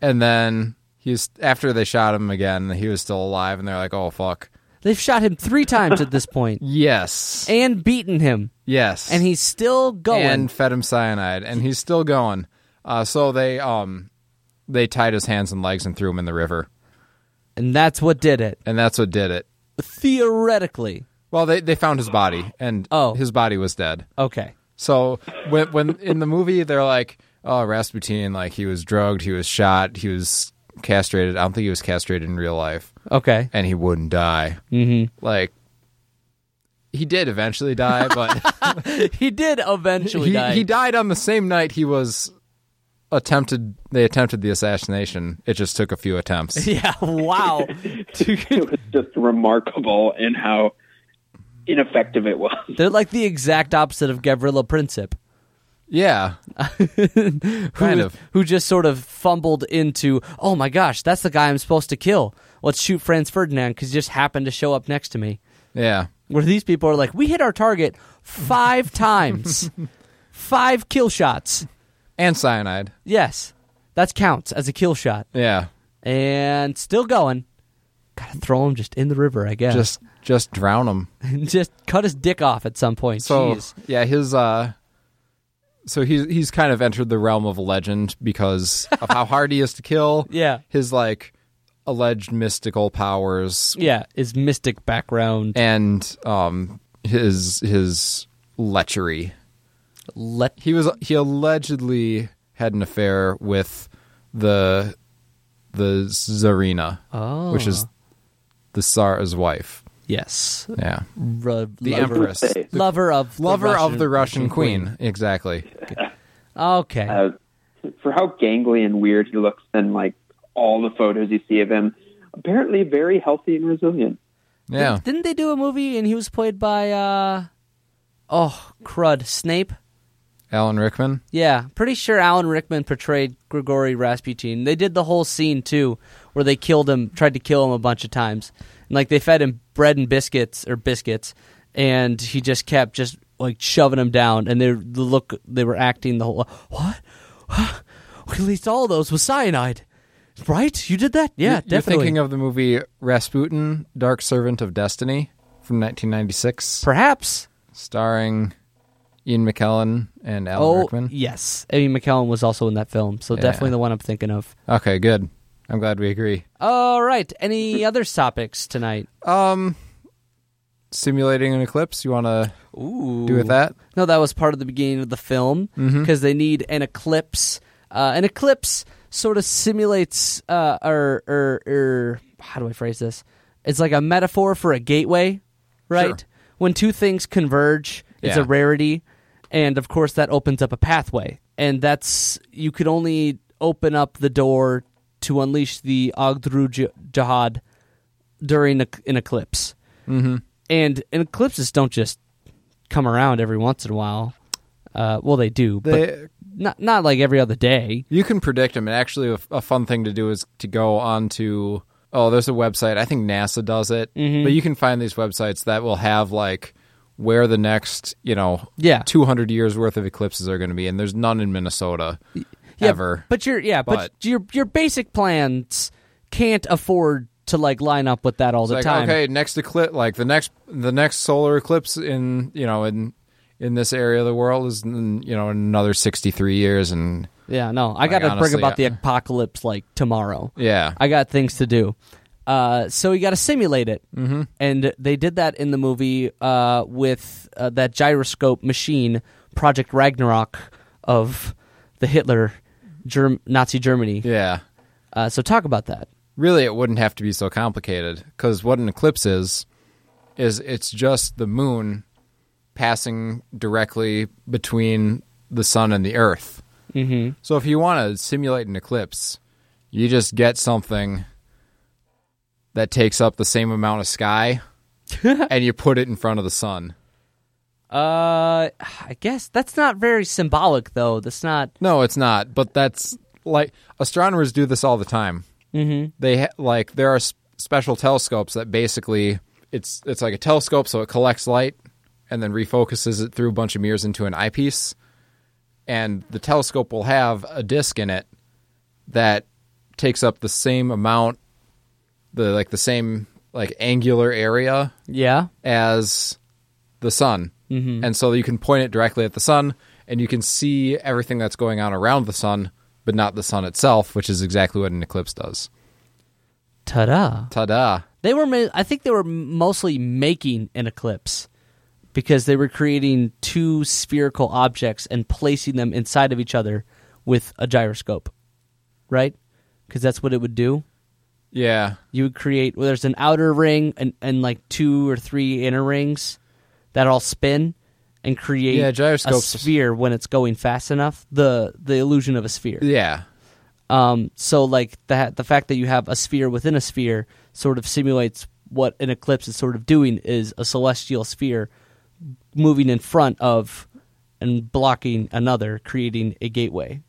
S4: and then he's after they shot him again, he was still alive, and they're like, "Oh fuck,
S2: they've shot him three times at this point
S4: yes,
S2: and beaten him
S4: yes,"
S2: and he's still going
S4: and fed him cyanide, and he's still going. Uh, so they um they tied his hands and legs and threw him in the river,
S2: and that's what did it
S4: and that's what did it.
S2: theoretically
S4: Well, they they found his body, and
S2: Oh.
S4: his body was dead.
S2: okay
S4: So when when in the movie they're like, oh Rasputin, like he was drugged, he was shot, he was castrated. I don't think he was castrated in real life,
S2: okay
S4: and he wouldn't die. Mm-hmm. Like he did eventually die, but
S2: he did eventually
S4: he
S2: die
S4: he died on the same night he was attempted. They attempted the assassination. It just took a few attempts.
S2: Yeah, wow.
S3: It was just remarkable in how ineffective it was.
S2: They're like the exact opposite of Gavrilo Princip,
S4: yeah,
S2: who,
S4: Kind of.
S2: who just sort of fumbled into, oh my gosh, that's the guy I'm supposed to kill. Let's shoot Franz Ferdinand because he just happened to show up next to me.
S4: yeah.
S2: Where these people are like, we hit our target five times, five kill shots.
S4: And cyanide.
S2: Yes, that counts as a kill shot.
S4: Yeah,
S2: And still going. Gotta throw him just in the river, I guess.
S4: just just drown him.
S2: just cut his dick off at some point.
S4: So
S2: Jeez.
S4: yeah, his uh, so he's he's kind of entered the realm of legend because of how hard he is to kill.
S2: Yeah.
S4: his like alleged mystical powers
S2: Yeah, his mystic background.
S4: and um his his lechery.
S2: Let
S4: He was he allegedly had an affair with the the Tsarina,
S2: Oh.
S4: which is the Tsar's wife.
S2: Yes.
S4: Yeah,
S2: Ru-
S4: the
S2: lover,
S4: empress,
S3: Say.
S2: Lover of the
S4: lover
S2: Russian,
S4: of the Russian queen. Exactly.
S2: Okay.
S3: Uh, for how gangly and weird he looks in like all the photos you see of him, apparently very healthy and resilient.
S4: Yeah.
S2: Didn't they do a movie and he was played by uh oh crud Snape?
S4: Alan Rickman.
S2: Yeah, pretty sure Alan Rickman portrayed Grigory Rasputin. They did the whole scene too, where they killed him, tried to kill him a bunch of times, and like they fed him bread and biscuits or biscuits, and he just kept just like shoving him down. And they the look they were acting the whole what? At least all of those was cyanide, right? You did that, yeah,
S4: You're-
S2: definitely.
S4: You're thinking of the movie Rasputin, Dark Servant of Destiny from 1996,
S2: Perhaps.
S4: starring Ian McKellen and Alan
S2: Oh
S4: Rickman.
S2: yes, Amy McKellen was also in that film, so definitely the one I'm thinking of.
S4: Okay, good. I'm glad we agree.
S2: All right. Any other topics tonight?
S4: Simulating an eclipse. You want to
S2: Ooh.
S4: do with that?
S2: No, that was part of the beginning of the film because
S4: Mm-hmm.
S2: they need an eclipse. Uh, an eclipse sort of simulates, uh, or, or, or how do I phrase this? It's like a metaphor for a gateway, right?
S4: Sure.
S2: When two things converge, it's
S4: Yeah.
S2: a rarity, and of course that opens up a pathway, and that's you could only open up the door to unleash the Agdru Ji- Jihad during a, an eclipse. Mm-hmm. And, and eclipses don't just come around every once in a while. Uh, well, they do, but
S4: They,
S2: not not like every other day.
S4: you can predict them. And actually, a, a fun thing to do is to go on to. Oh, there's a website. I think NASA does it,
S2: Mm-hmm.
S4: but you can find these websites that will have like where the next, you know,
S2: Yeah.
S4: 200 years worth of eclipses are going to be, and there's none in Minnesota
S2: Yeah,
S4: ever.
S2: But your yeah, but, your your basic plans can't afford to like line up with that all the
S4: like
S2: time.
S4: okay next eclipse like the next the next solar eclipse in you know in in this area of the world is in, you know in another 63 years and
S2: Yeah, no, I got to bring
S4: honestly,
S2: about
S4: yeah.
S2: the apocalypse like tomorrow.
S4: yeah
S2: I got things to do. Uh, so you got to simulate it, mm-hmm. and they did that in the movie uh, with uh, that gyroscope machine, Project Ragnarok, of the Hitler, Germ- Nazi Germany.
S4: yeah
S2: Uh, so talk about that.
S4: really it wouldn't have to be so complicated because what an eclipse is is it's just the moon passing directly between the sun and the earth mm-hmm. so if you want to simulate an eclipse you just get something that takes up the same amount of sky and you put it in front of the sun
S2: Uh, I guess that's not very symbolic, though. That's not.
S4: No, it's not. But that's like astronomers do this all the time. Mm-hmm. They ha- like there are s- special telescopes that basically it's it's like a telescope, so it collects light and then refocuses it through a bunch of mirrors into an eyepiece, and the telescope will have a disc in it that takes up the same amount, the like the same like angular area
S2: Yeah.
S4: as the sun. Mm-hmm. And so you can point it directly at the sun and you can see everything that's going on around the sun, but not the sun itself, which is exactly what an eclipse does.
S2: Ta-da!
S4: Ta da!
S2: They were. ma- I think they were mostly making an eclipse because they were creating two spherical objects and placing them inside of each other with a gyroscope, right? Because that's what it would do.
S4: Yeah.
S2: You would create. Well, there's an outer ring and and like two or three inner rings that all spin and create
S4: Yeah,
S2: a
S4: gyroscopes-
S2: sphere when it's going fast enough. The the illusion of a sphere.
S4: Yeah.
S2: Um, so like that, the fact that you have a sphere within a sphere sort of simulates what an eclipse is sort of doing is a celestial sphere moving in front of and blocking another, creating a gateway.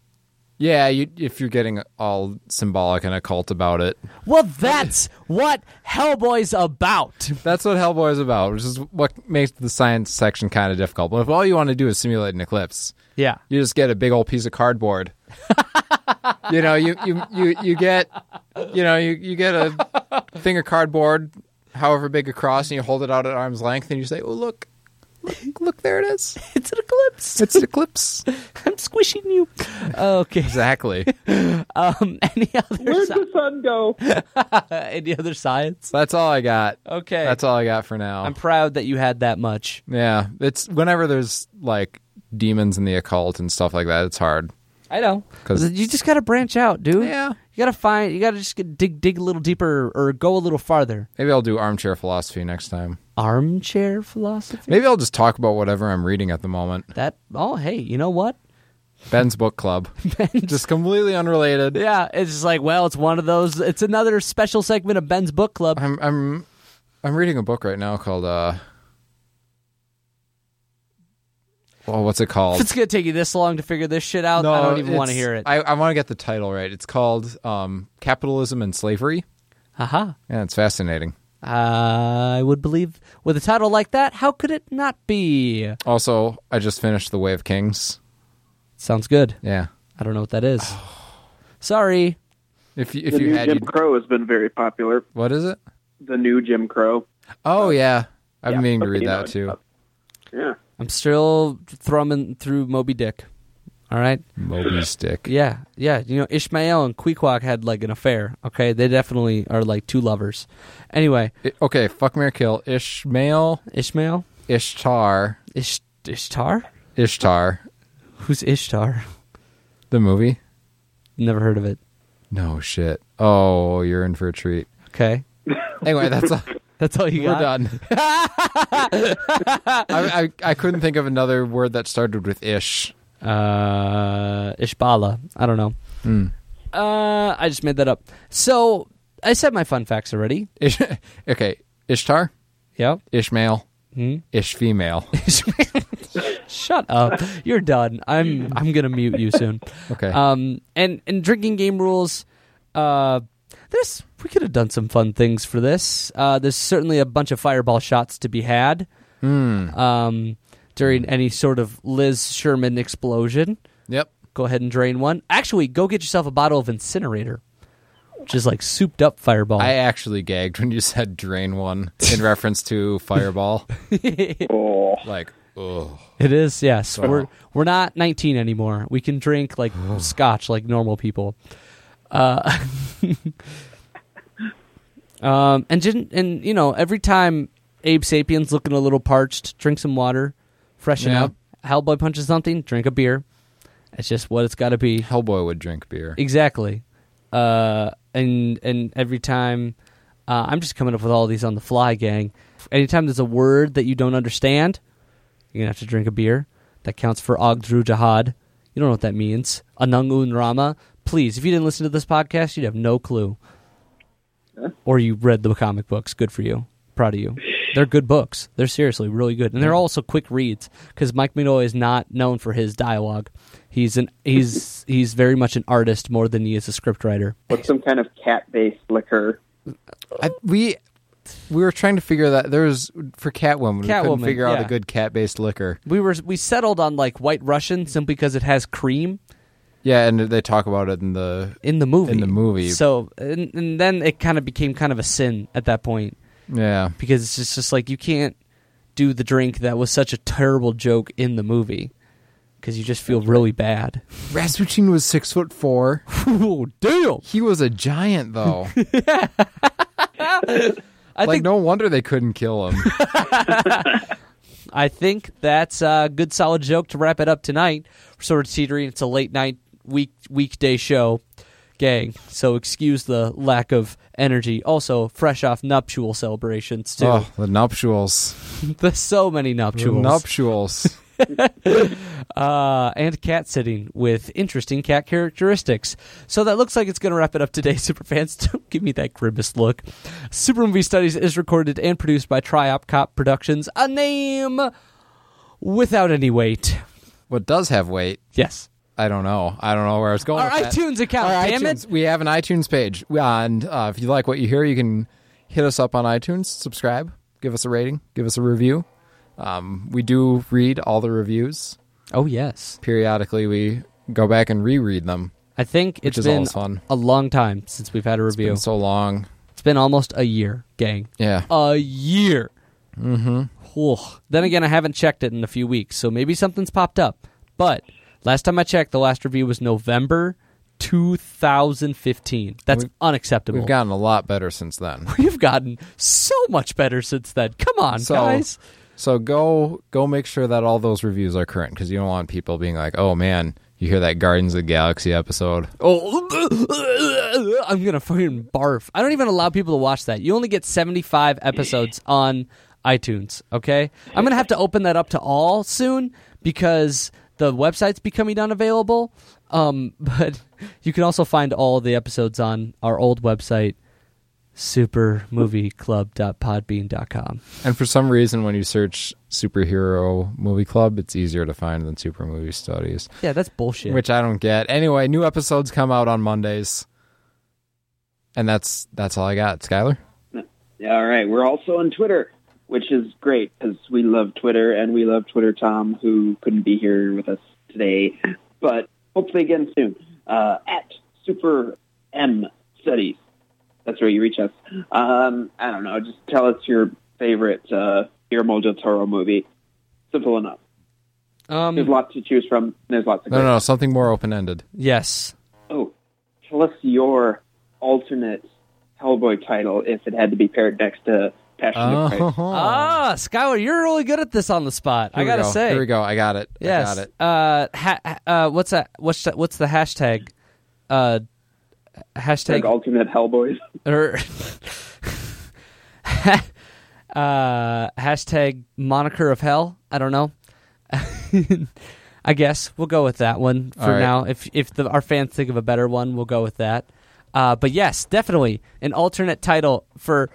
S4: Yeah, you, if you're getting all symbolic and occult about it,
S2: Well, that's what Hellboy's about.
S4: that's what Hellboy is about, which is what makes the science section kind of difficult. But if all you want to do is simulate an eclipse,
S2: Yeah.
S4: you just get a big old piece of cardboard. you know, you, you you you get you know, you, you get a thing of cardboard however big across and you hold it out at arm's length and you say, Oh look, look, look there it is.
S2: It's an eclipse.
S4: It's an eclipse.
S2: I'm squishing you. Okay.
S4: Exactly.
S2: Um, any other
S3: Where'd
S2: si- uh,
S3: the sun go?
S2: any other science?
S4: That's all I got.
S2: Okay.
S4: That's all I got for now.
S2: I'm proud that you had that much.
S4: yeah. It's whenever there's like demons in the occult and stuff like that, it's hard.
S2: I know.
S4: 'Cause-
S2: you just gotta branch out, dude.
S4: Yeah.
S2: You gotta find. You gotta just get, dig dig a little deeper or go a little farther.
S4: Maybe I'll do armchair philosophy next time.
S2: Armchair philosophy.
S4: Maybe I'll just talk about whatever I'm reading at the moment.
S2: That. Oh, hey, you know what?
S4: Ben's book club. Just completely unrelated.
S2: Yeah, it's just like, well, it's one of those. It's another special segment of Ben's book club.
S4: I'm I'm I'm reading a book right now called uh Well, oh, what's it
S2: If
S4: called?
S2: it's gonna take you this long to figure this shit out, Oh. I don't even want to
S4: it's-
S2: hear it.
S4: I, I want to get the title right. It's called um, Capitalism and Slavery.
S2: Haha.
S4: Yeah, it's fascinating.
S2: Uh-huh. I would believe with a title like that, how could it not be?
S4: Also, I just finished The Way of Kings.
S2: Sounds good.
S4: Yeah.
S2: I don't know what that is. Sorry.
S4: If you,
S3: The
S4: if you
S3: new
S4: had,
S3: Jim
S4: you'd-
S3: Crow has been very popular.
S4: what is it?
S3: The new Jim Crow.
S4: Oh yeah, I've been meaning to
S3: okay,
S4: read
S3: you know
S4: that
S3: it.
S4: too.
S3: Yeah.
S2: I'm still thrumming through Moby Dick. All right.
S4: Moby Stick.
S2: Yeah, yeah. You know, Ishmael and Queequeg had like an affair. Okay, they definitely are like two lovers. Anyway,
S4: I- okay, fuck Mary Kill. Ishmael,
S2: Ishmael,
S4: Ishtar,
S2: Ish- Ishtar.
S4: Ishtar.
S2: Who's Ishtar?
S4: The movie?
S2: Never heard of it.
S4: No shit. Oh, you're in for a treat.
S2: Okay,
S4: Anyway, that's all.
S2: that's all you
S4: We're
S2: got.
S4: done. I, I I couldn't think of another word that started with ish.
S2: Uh, Ishbala. I don't know. Uh, I just made that up. So I said my fun facts already.
S4: ish okay, Ishtar,
S2: Yep.
S4: Ishmael,
S2: Hmm?
S4: ish female.
S2: Shut up. You're done. I'm I'm gonna mute you soon.
S4: Okay.
S2: Um and and drinking game rules. Uh, this we could have done some fun things for this. Uh, there's certainly a bunch of fireball shots to be had. Um, during any sort of Liz Sherman explosion,
S4: yep.
S2: go ahead and drain one. Actually, go get yourself a bottle of incinerator, which is like souped up fireball.
S4: I actually gagged when you said drain one in reference to fireball.
S3: Oh.
S4: Like, oh.
S2: It is, yes.
S4: Wow.
S2: We're we're not 19 anymore. We can drink like scotch like normal people. Uh, um, and didn't and you know every time Abe Sapien's looking a little parched, drink some water, freshen
S4: Yeah.
S2: up. Hellboy punches something, drink a beer. It's just what it's got to be.
S4: Hellboy would drink beer.
S2: Exactly. Uh, and and every time, uh, I'm just coming up with all these on the fly, gang. Anytime there's a word that you don't understand, you're gonna have to drink a beer. That counts for Ogdru Jihad. You don't know what that means. Anangun Rama. Please, if you didn't listen to this podcast, you'd have no clue. Or you read the comic books. Good for you. Proud of you. They're good books. They're seriously really good, and they're also quick reads because Mike Mignola is not known for his dialogue. He's an he's he's very much an artist more than he is a scriptwriter.
S3: What's some kind of cat-based liquor?
S4: I, we we were trying to figure that there was for Catwoman. we couldn't
S2: Catwoman,
S4: figure out
S2: yeah.
S4: a good cat based liquor.
S2: We were we settled on like White Russian simply because it has cream
S4: Yeah, and they talk about it in the
S2: in the movie.
S4: In the movie.
S2: So and, and then it kind of became kind of a sin at that point
S4: yeah.
S2: because it's just, just like you can't do the drink that was such a terrible joke in the movie because you just feel really bad.
S4: Rasputin was six foot four.
S2: oh damn!
S4: He was a giant though.
S2: I
S4: like
S2: think
S4: no wonder they couldn't kill him.
S2: I think that's a good solid joke to wrap it up tonight. We're sort of teetering. It's a late night week weekday show, gang. So excuse the lack of energy. Also, fresh off nuptial celebrations too.
S4: oh, the nuptials.
S2: There's so many
S4: The
S2: nuptials.
S4: nuptials.
S2: uh, and cat sitting with interesting cat characteristics. So that looks like it's going to wrap it up today, Superfans. Don't give me that grimace look. Super Movie Studies is recorded and produced by Triop Cop Productions, a name without any weight.
S4: what does have weight?
S2: Yes.
S4: I don't know. I don't know where I was going.
S2: Our
S4: with that.
S2: iTunes account,
S4: Our
S2: damn
S4: iTunes-
S2: it.
S4: We have an iTunes page, and uh, if you like what you hear, you can hit us up on iTunes, subscribe, give us a rating, give us a review. Um, we do read all the reviews
S2: Oh, yes.
S4: periodically. We go back and reread them.
S2: I think
S4: Which
S2: it's
S4: is
S2: been
S4: always fun.
S2: a long time since we've had a review.
S4: Been so long,
S2: it's been almost a year, gang.
S4: yeah.
S2: a year. Mm-hmm. Then again, I haven't checked it in a few weeks, so maybe something's popped up. But last time I checked, the last review was November 2015. That's unacceptable.
S4: We've gotten a lot better since then.
S2: We've gotten so much better since then. Come on,
S4: So,
S2: guys.
S4: so go go make sure that all those reviews are current because you don't want people being like, "Oh man, you hear that Guardians of the Galaxy episode."
S2: Oh, I'm gonna fucking barf. I don't even allow people to watch that. You only get 75 episodes on iTunes. Okay, I'm gonna have to open that up to all soon because the website's becoming unavailable. Um, but you can also find all the episodes on our old website, supermovieclub.podbean.com.
S4: And for some reason, when you search superhero movie club, it's easier to find than super movie studies,
S2: Yeah, that's bullshit.
S4: which I don't get. Anyway, new episodes come out on Mondays, and that's that's all I got. Skylar,
S3: Yeah, all right. We're also on Twitter, which is great because we love Twitter and we love Twitter Tom, who couldn't be here with us today, but hopefully again soon. Uh, at Super M Studies. That's where you reach us. Um, I don't know. Just tell us your favorite uh, Guillermo del Toro movie. Simple enough. There's
S2: um,
S3: lots to choose from. There's lots of
S4: no,
S3: great.
S4: no, no something more open ended.
S2: yes.
S3: Oh, tell us your alternate Hellboy title if it had to be paired next to Passion of Christ.
S2: Ah, Skylar, you're really good at this on the spot. I gotta
S4: go.
S2: say,
S4: here we go. I got it.
S2: Yes.
S4: I got it.
S2: Uh, ha- ha- uh, what's that? What's that? What's the hashtag? Uh, hashtag
S3: Like alternate Hellboys.
S2: or uh, hashtag moniker of hell. I don't know. I guess we'll go with that one for
S4: All right.
S2: now. If if the, our fans think of a better one, we'll go with that. Uh, but yes, definitely an alternate title for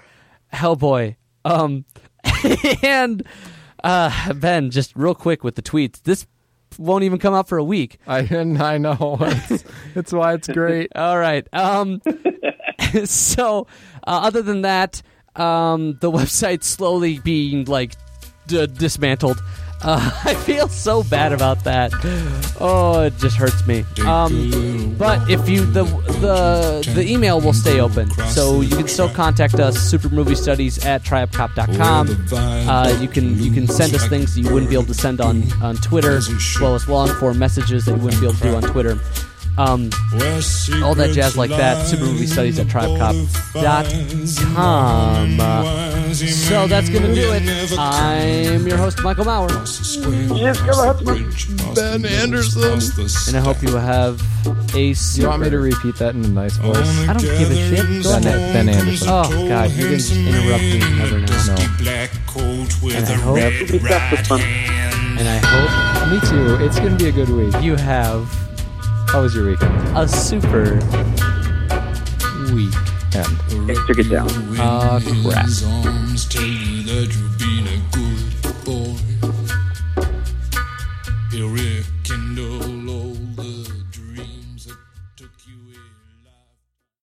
S2: Hellboy. Um, and uh, Ben, just real quick with the tweets. This won't even come out for a week.
S4: I I know. It's, it's why it's great.
S2: All right. Um, so, uh, other than that, um, the website's slowly being like d- dismantled. Uh, I feel so bad about that. Oh, it just hurts me. Um, but if you the the the email will stay open, so you can still contact us supermoviestudies at triopcop.com. Uh, you can you can send us things that you wouldn't be able to send on on Twitter, as well as long form messages that you wouldn't be able to do on Twitter. Um, all that jazz like that. Super Movie Studies at TribeCop.com. Uh, So that's going to do it. I'm your host, Michael Maurer,
S4: Ben Anderson.
S2: and I hope you have a super...
S4: You want me to repeat that in a nice voice?
S2: I don't give a shit. Go
S4: Ben,
S2: ahead.
S4: ben Anderson. Oh,
S2: Oh, God, you're going to just interrupt me every now and then.
S4: No.
S2: And I hope, and I hope
S4: Me too. It's gonna be a good week.
S2: you have
S4: How was your weekend?
S2: a super week.
S4: And
S3: Took it down.
S2: Uh, crap.
S10: arms tell you that you've been a good